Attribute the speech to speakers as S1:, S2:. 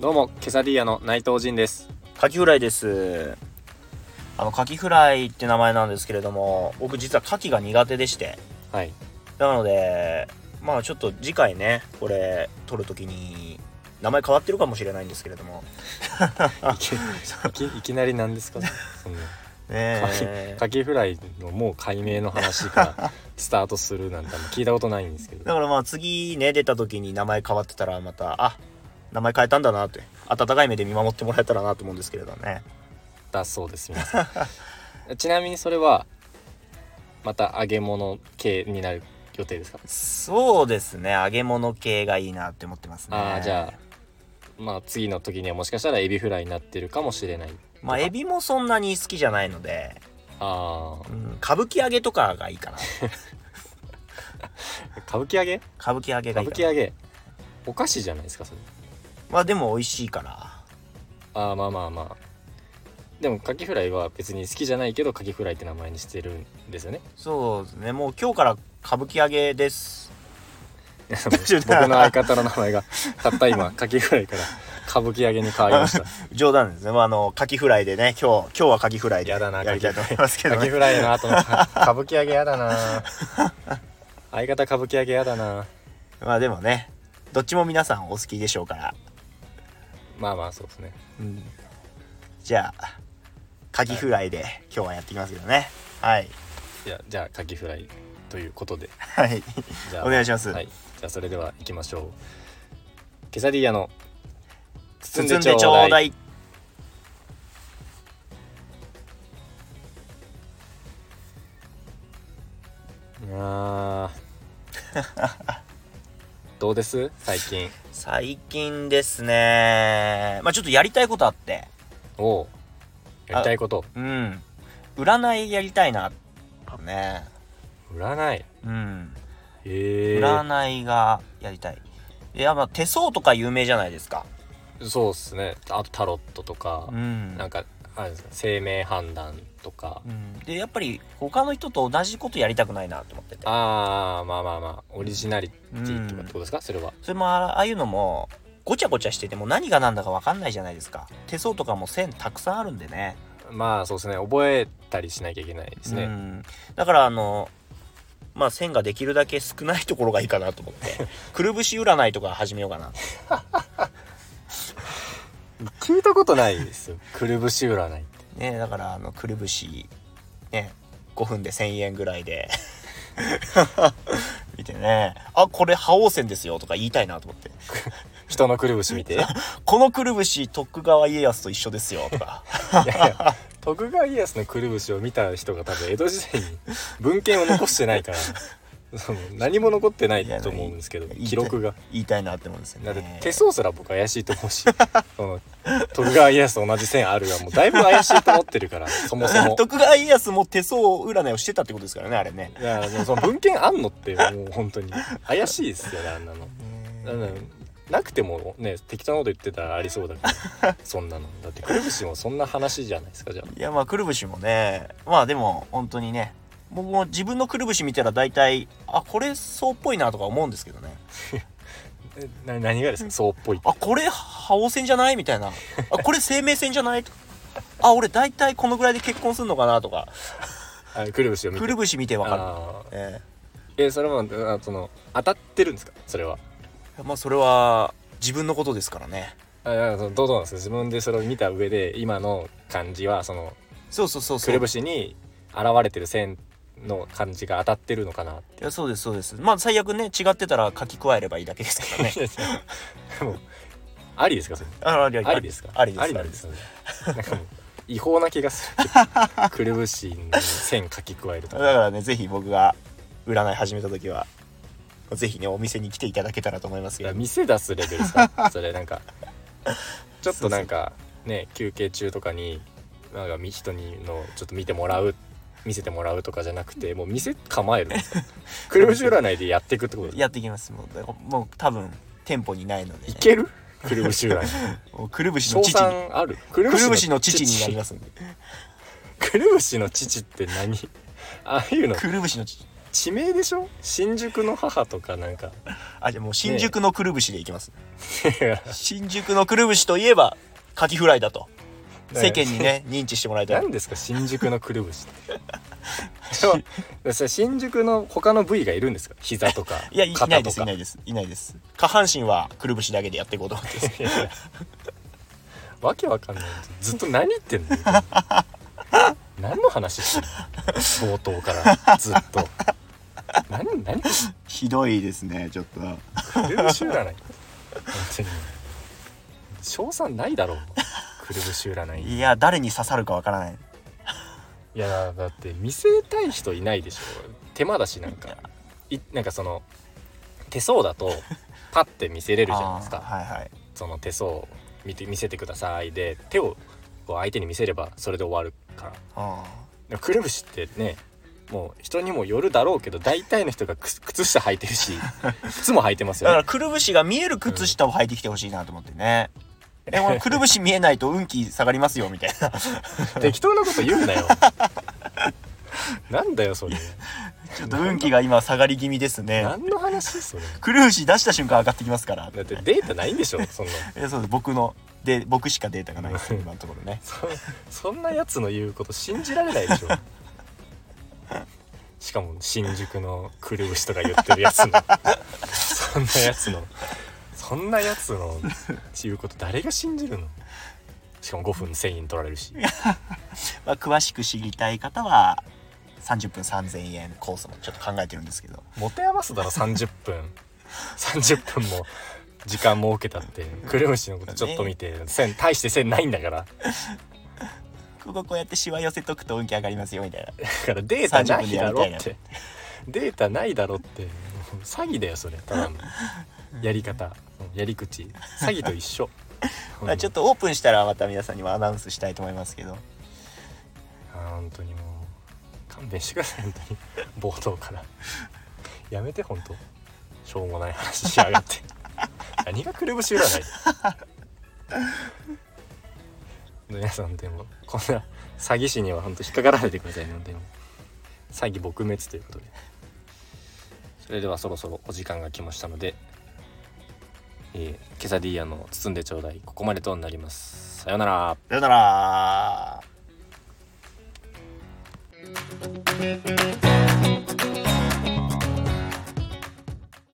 S1: どうもケサディアの内藤仁です
S2: カキフライです。あの、カキフライって名前なんですけれども、僕実はカキが苦手でして。
S1: はい
S2: なので、まあちょっと次回ね、これ、撮るときに、名前変わってるかもしれないんですけれども。
S1: いきいきいきなりなんですかそんな
S2: ねえ
S1: カキフライのもう解明の話 からスタートするなんてあんま聞いたことないんですけど
S2: だからまあ次ね、出たときに名前変わってたらまた、あ、名前変えたんだなって、温かい目で見守ってもらえたらなと思うんですけれどね。
S1: だそうです皆さ んちなみにそれはまた揚げ物系になる予定ですか、
S2: そうですね、揚げ物系がいいなって思ってますね。
S1: ああじゃあまあ次の時にはもしかしたらエビフライになってるかもしれない
S2: まあエビもそんなに好きじゃないので、
S1: ああ
S2: うん、歌舞伎揚げとかがいいかな。
S1: 歌舞伎揚げ
S2: 歌舞伎揚げが
S1: 歌舞伎
S2: いいかな
S1: 揚げお菓子じゃないですかそれ
S2: まあでも美味しいから
S1: ああまあまあまあでもカキフライは別に好きじゃないけどカキフライって名前にしてるんですよ ね
S2: そうですねもう今日から歌舞伎揚げです
S1: 僕の相方の名前がたった今カキフライ から歌舞伎揚げに変わりました
S2: 冗談ですね、まあ、あのカキフライでね今日今日はカキフライでや
S1: やだな
S2: りたいと思いますけど、
S1: カキ
S2: ね、
S1: フライの後の歌舞伎揚げやだ な相方歌舞伎揚げやだな
S2: まあでもねどっちも皆さんお好きでしょうから、
S1: まあまあそうですね
S2: うん、じゃあカキフライで今日はやっていきますけどねはい
S1: いやじゃあカキフライということで
S2: はい
S1: じゃあ
S2: お願いします
S1: はい、じゃあそれでは行きましょうケサディアの
S2: 包んでちょうだい
S1: あ ーどうです最近
S2: 最近ですねまあちょっとやりたいことあって
S1: おうやりたいこと
S2: うん占いやりたいなね
S1: 占い
S2: うん
S1: へえ
S2: 占いがやりたい。いやまあ手相とか有名じゃないですか。
S1: そうっすねあとタロットとか、
S2: ん
S1: なんかあれですか生命判断とか、
S2: うん、でやっぱり他の人と同じことやりたくないなと思ってて。
S1: ああまあまあまあオリジナリティとかってことですか、それは
S2: それもあああいうのもごちゃごちゃしてても何が何だか分かんないじゃないですか。手相とかも線たくさんあるんでね。
S1: まあそうですね覚えたりしなきゃいけないです
S2: う
S1: ね、
S2: ん、だからあのまあ線ができるだけ少ないところがいいかなと思 って。くるぶし占いとか始めようかな。
S1: 聞いたことないですよくるぶし占いって
S2: ねだからあのくるぶしね5分で1,000円ぐらいで 見てねあこれ覇王戦ですよとか言いたいなと思って
S1: 人のくるぶし見ていや
S2: このくるぶし徳川家康と一緒ですよ とか
S1: いや 徳川家康のくるぶしを見た人が多分江戸時代に文献を残してないから その何も残ってないと思うんですけど
S2: いやいや
S1: 記録が
S2: 言いたいなって思うんですよ
S1: だって
S2: ね
S1: 手相すら僕怪しいと思うし その徳川家康と同じ線あるがもうだいぶ怪しいと思ってる からそもそも。
S2: 徳川家康も手相占いをしてたってことですからねあれね
S1: いやでもその文献あんのってもう本当に怪しいですよねあんなの。なんだろうなくてもね適当なこと言ってたらありそうだから そんなのだってくるぶしもそんな話じゃないですかじゃ
S2: いやまあくるぶしもねまあでも本当にね僕も自分のくるぶし見たら大体あこれそうっぽいなとか思うんですけどね
S1: あえな何がですかそうっぽいって
S2: あこれ覇王戦じゃないみたいなあこれ生命線じゃないあ俺大体このぐらいで結婚するのかなとか
S1: あくるぶしを見て
S2: くるぶし見てわか
S1: あ
S2: る、え
S1: ーえそれもあその当たってるんですかそれは
S2: えまあそれは自分のことですからね
S1: あいやそのどうどうなんですか自分でそれを見た上で今の感じはその
S2: そうそうそうそう
S1: くるぶしに現れてる線の感じが当たってるのかなって
S2: いやそうですそうですまあ最悪ね違ってたら書き加えればいいだけですからね
S1: もうありですかそれ
S2: ああ り
S1: ありですか
S2: ありです
S1: ありなんですよねなんかもう違法な気がするけ どくるぶしに線書き加えると
S2: だ
S1: か
S2: からねぜひ僕が占い始めた時はぜひねお店に来ていただけたらと思います
S1: い
S2: けど
S1: や店出すレベルです かそれなんかちょっとなんかね休憩中とかになんかみ人にのちょっと見てもらう見せてもらうとかじゃなくてもう店構えるんです かくるぶし占いでやっていくってことですか
S2: やっていきますもうだからもう多分店舗にないので、
S1: い
S2: ね、
S1: けるくるぶし 占い
S2: もうくるぶしの
S1: 賞
S2: 父に
S1: 賛あるく
S2: くるぶしの父になり
S1: す
S2: ますんで
S1: くるぶしの父って何 ああいうの
S2: くるぶしのち
S1: 地名でしょ新宿の母とかなんか
S2: あじゃあもう新宿のくるぶしでいきます、
S1: いや
S2: 新宿のくるぶしといえばカキフライだと
S1: ね
S2: 世間にね認知してもらいたい
S1: 何ですか新宿のくるぶし ってそれ新宿の他の部位がいるんですか膝とか
S2: いやいいな
S1: 肩
S2: い
S1: と
S2: ですい
S1: か
S2: ないですいないです下半身はくるぶしだけでやっていこうと思ってます
S1: わけわかんないずっと何言って んの何の話してんの冒頭からずっと何何
S2: ひどいですねちょっと
S1: くるぶし占い本当に賞賛ないだろうくるぶし占い
S2: いや誰に刺さるかわからない
S1: いやだって見せたい人いないでしょ手間だしなんかいなんかその手相だと パッて見せれるじゃないですか
S2: あーはいはい
S1: その手相を見て見せてくださいで手をこう相手に見せればそれで終わるから
S2: あ
S1: でもくるぶしってねもう人にもよるだろうけど大体の人が靴靴下履いてる し靴も履いてます
S2: ーだ
S1: よ
S2: か
S1: ね
S2: らくるぶしが見える靴下を履いてきてほしいなと思ってねでもくるぶし見えないと運気下がりますよみたいな
S1: 適当なこと言うなよなんだよそれ
S2: ちょっと運気が今下がり気味ですね
S1: 何の話それ
S2: くるぶし出した瞬間上がってきますから
S1: だってデータないんでしょそんな
S2: えそうです僕ので僕しかデータがないです今のところね
S1: そ そんなやつの言うこと信じられないでしょしかも新宿のくるぶしとか言ってるやつのそんなやつのそんなやつの言うこと誰が信じるのしかも5分1000円取られるし
S2: まあ、詳しく知りたい方は30分3000円コースもちょっと考えてるんですけど
S1: 持て余すだろ30分30分も時間設けたってくるぶしのことちょっと見て、線大して線ないんだから
S2: こここうやってしわ寄せとくと運気上がりますよみたいな
S1: だからデータないだろ
S2: 30分でや
S1: っ
S2: りた
S1: てデータないだろってもう詐欺だよそれただのやり方やり口詐欺と一緒
S2: まあちょっとオープンしたらまた皆さんにもアナウンスしたいと思いますけど
S1: あー本当にもう勘弁してください本当に冒頭からやめて本当しょうもない話しやがって 何がくるぶし占い皆さんでもこんな詐欺師には本当引っかからないでくださいね本当に詐欺撲滅ということでそれではそろそろお時間が来ましたので、えーケサディーヤの包んでちょうだいここまでとなりますさようなら
S2: さよなら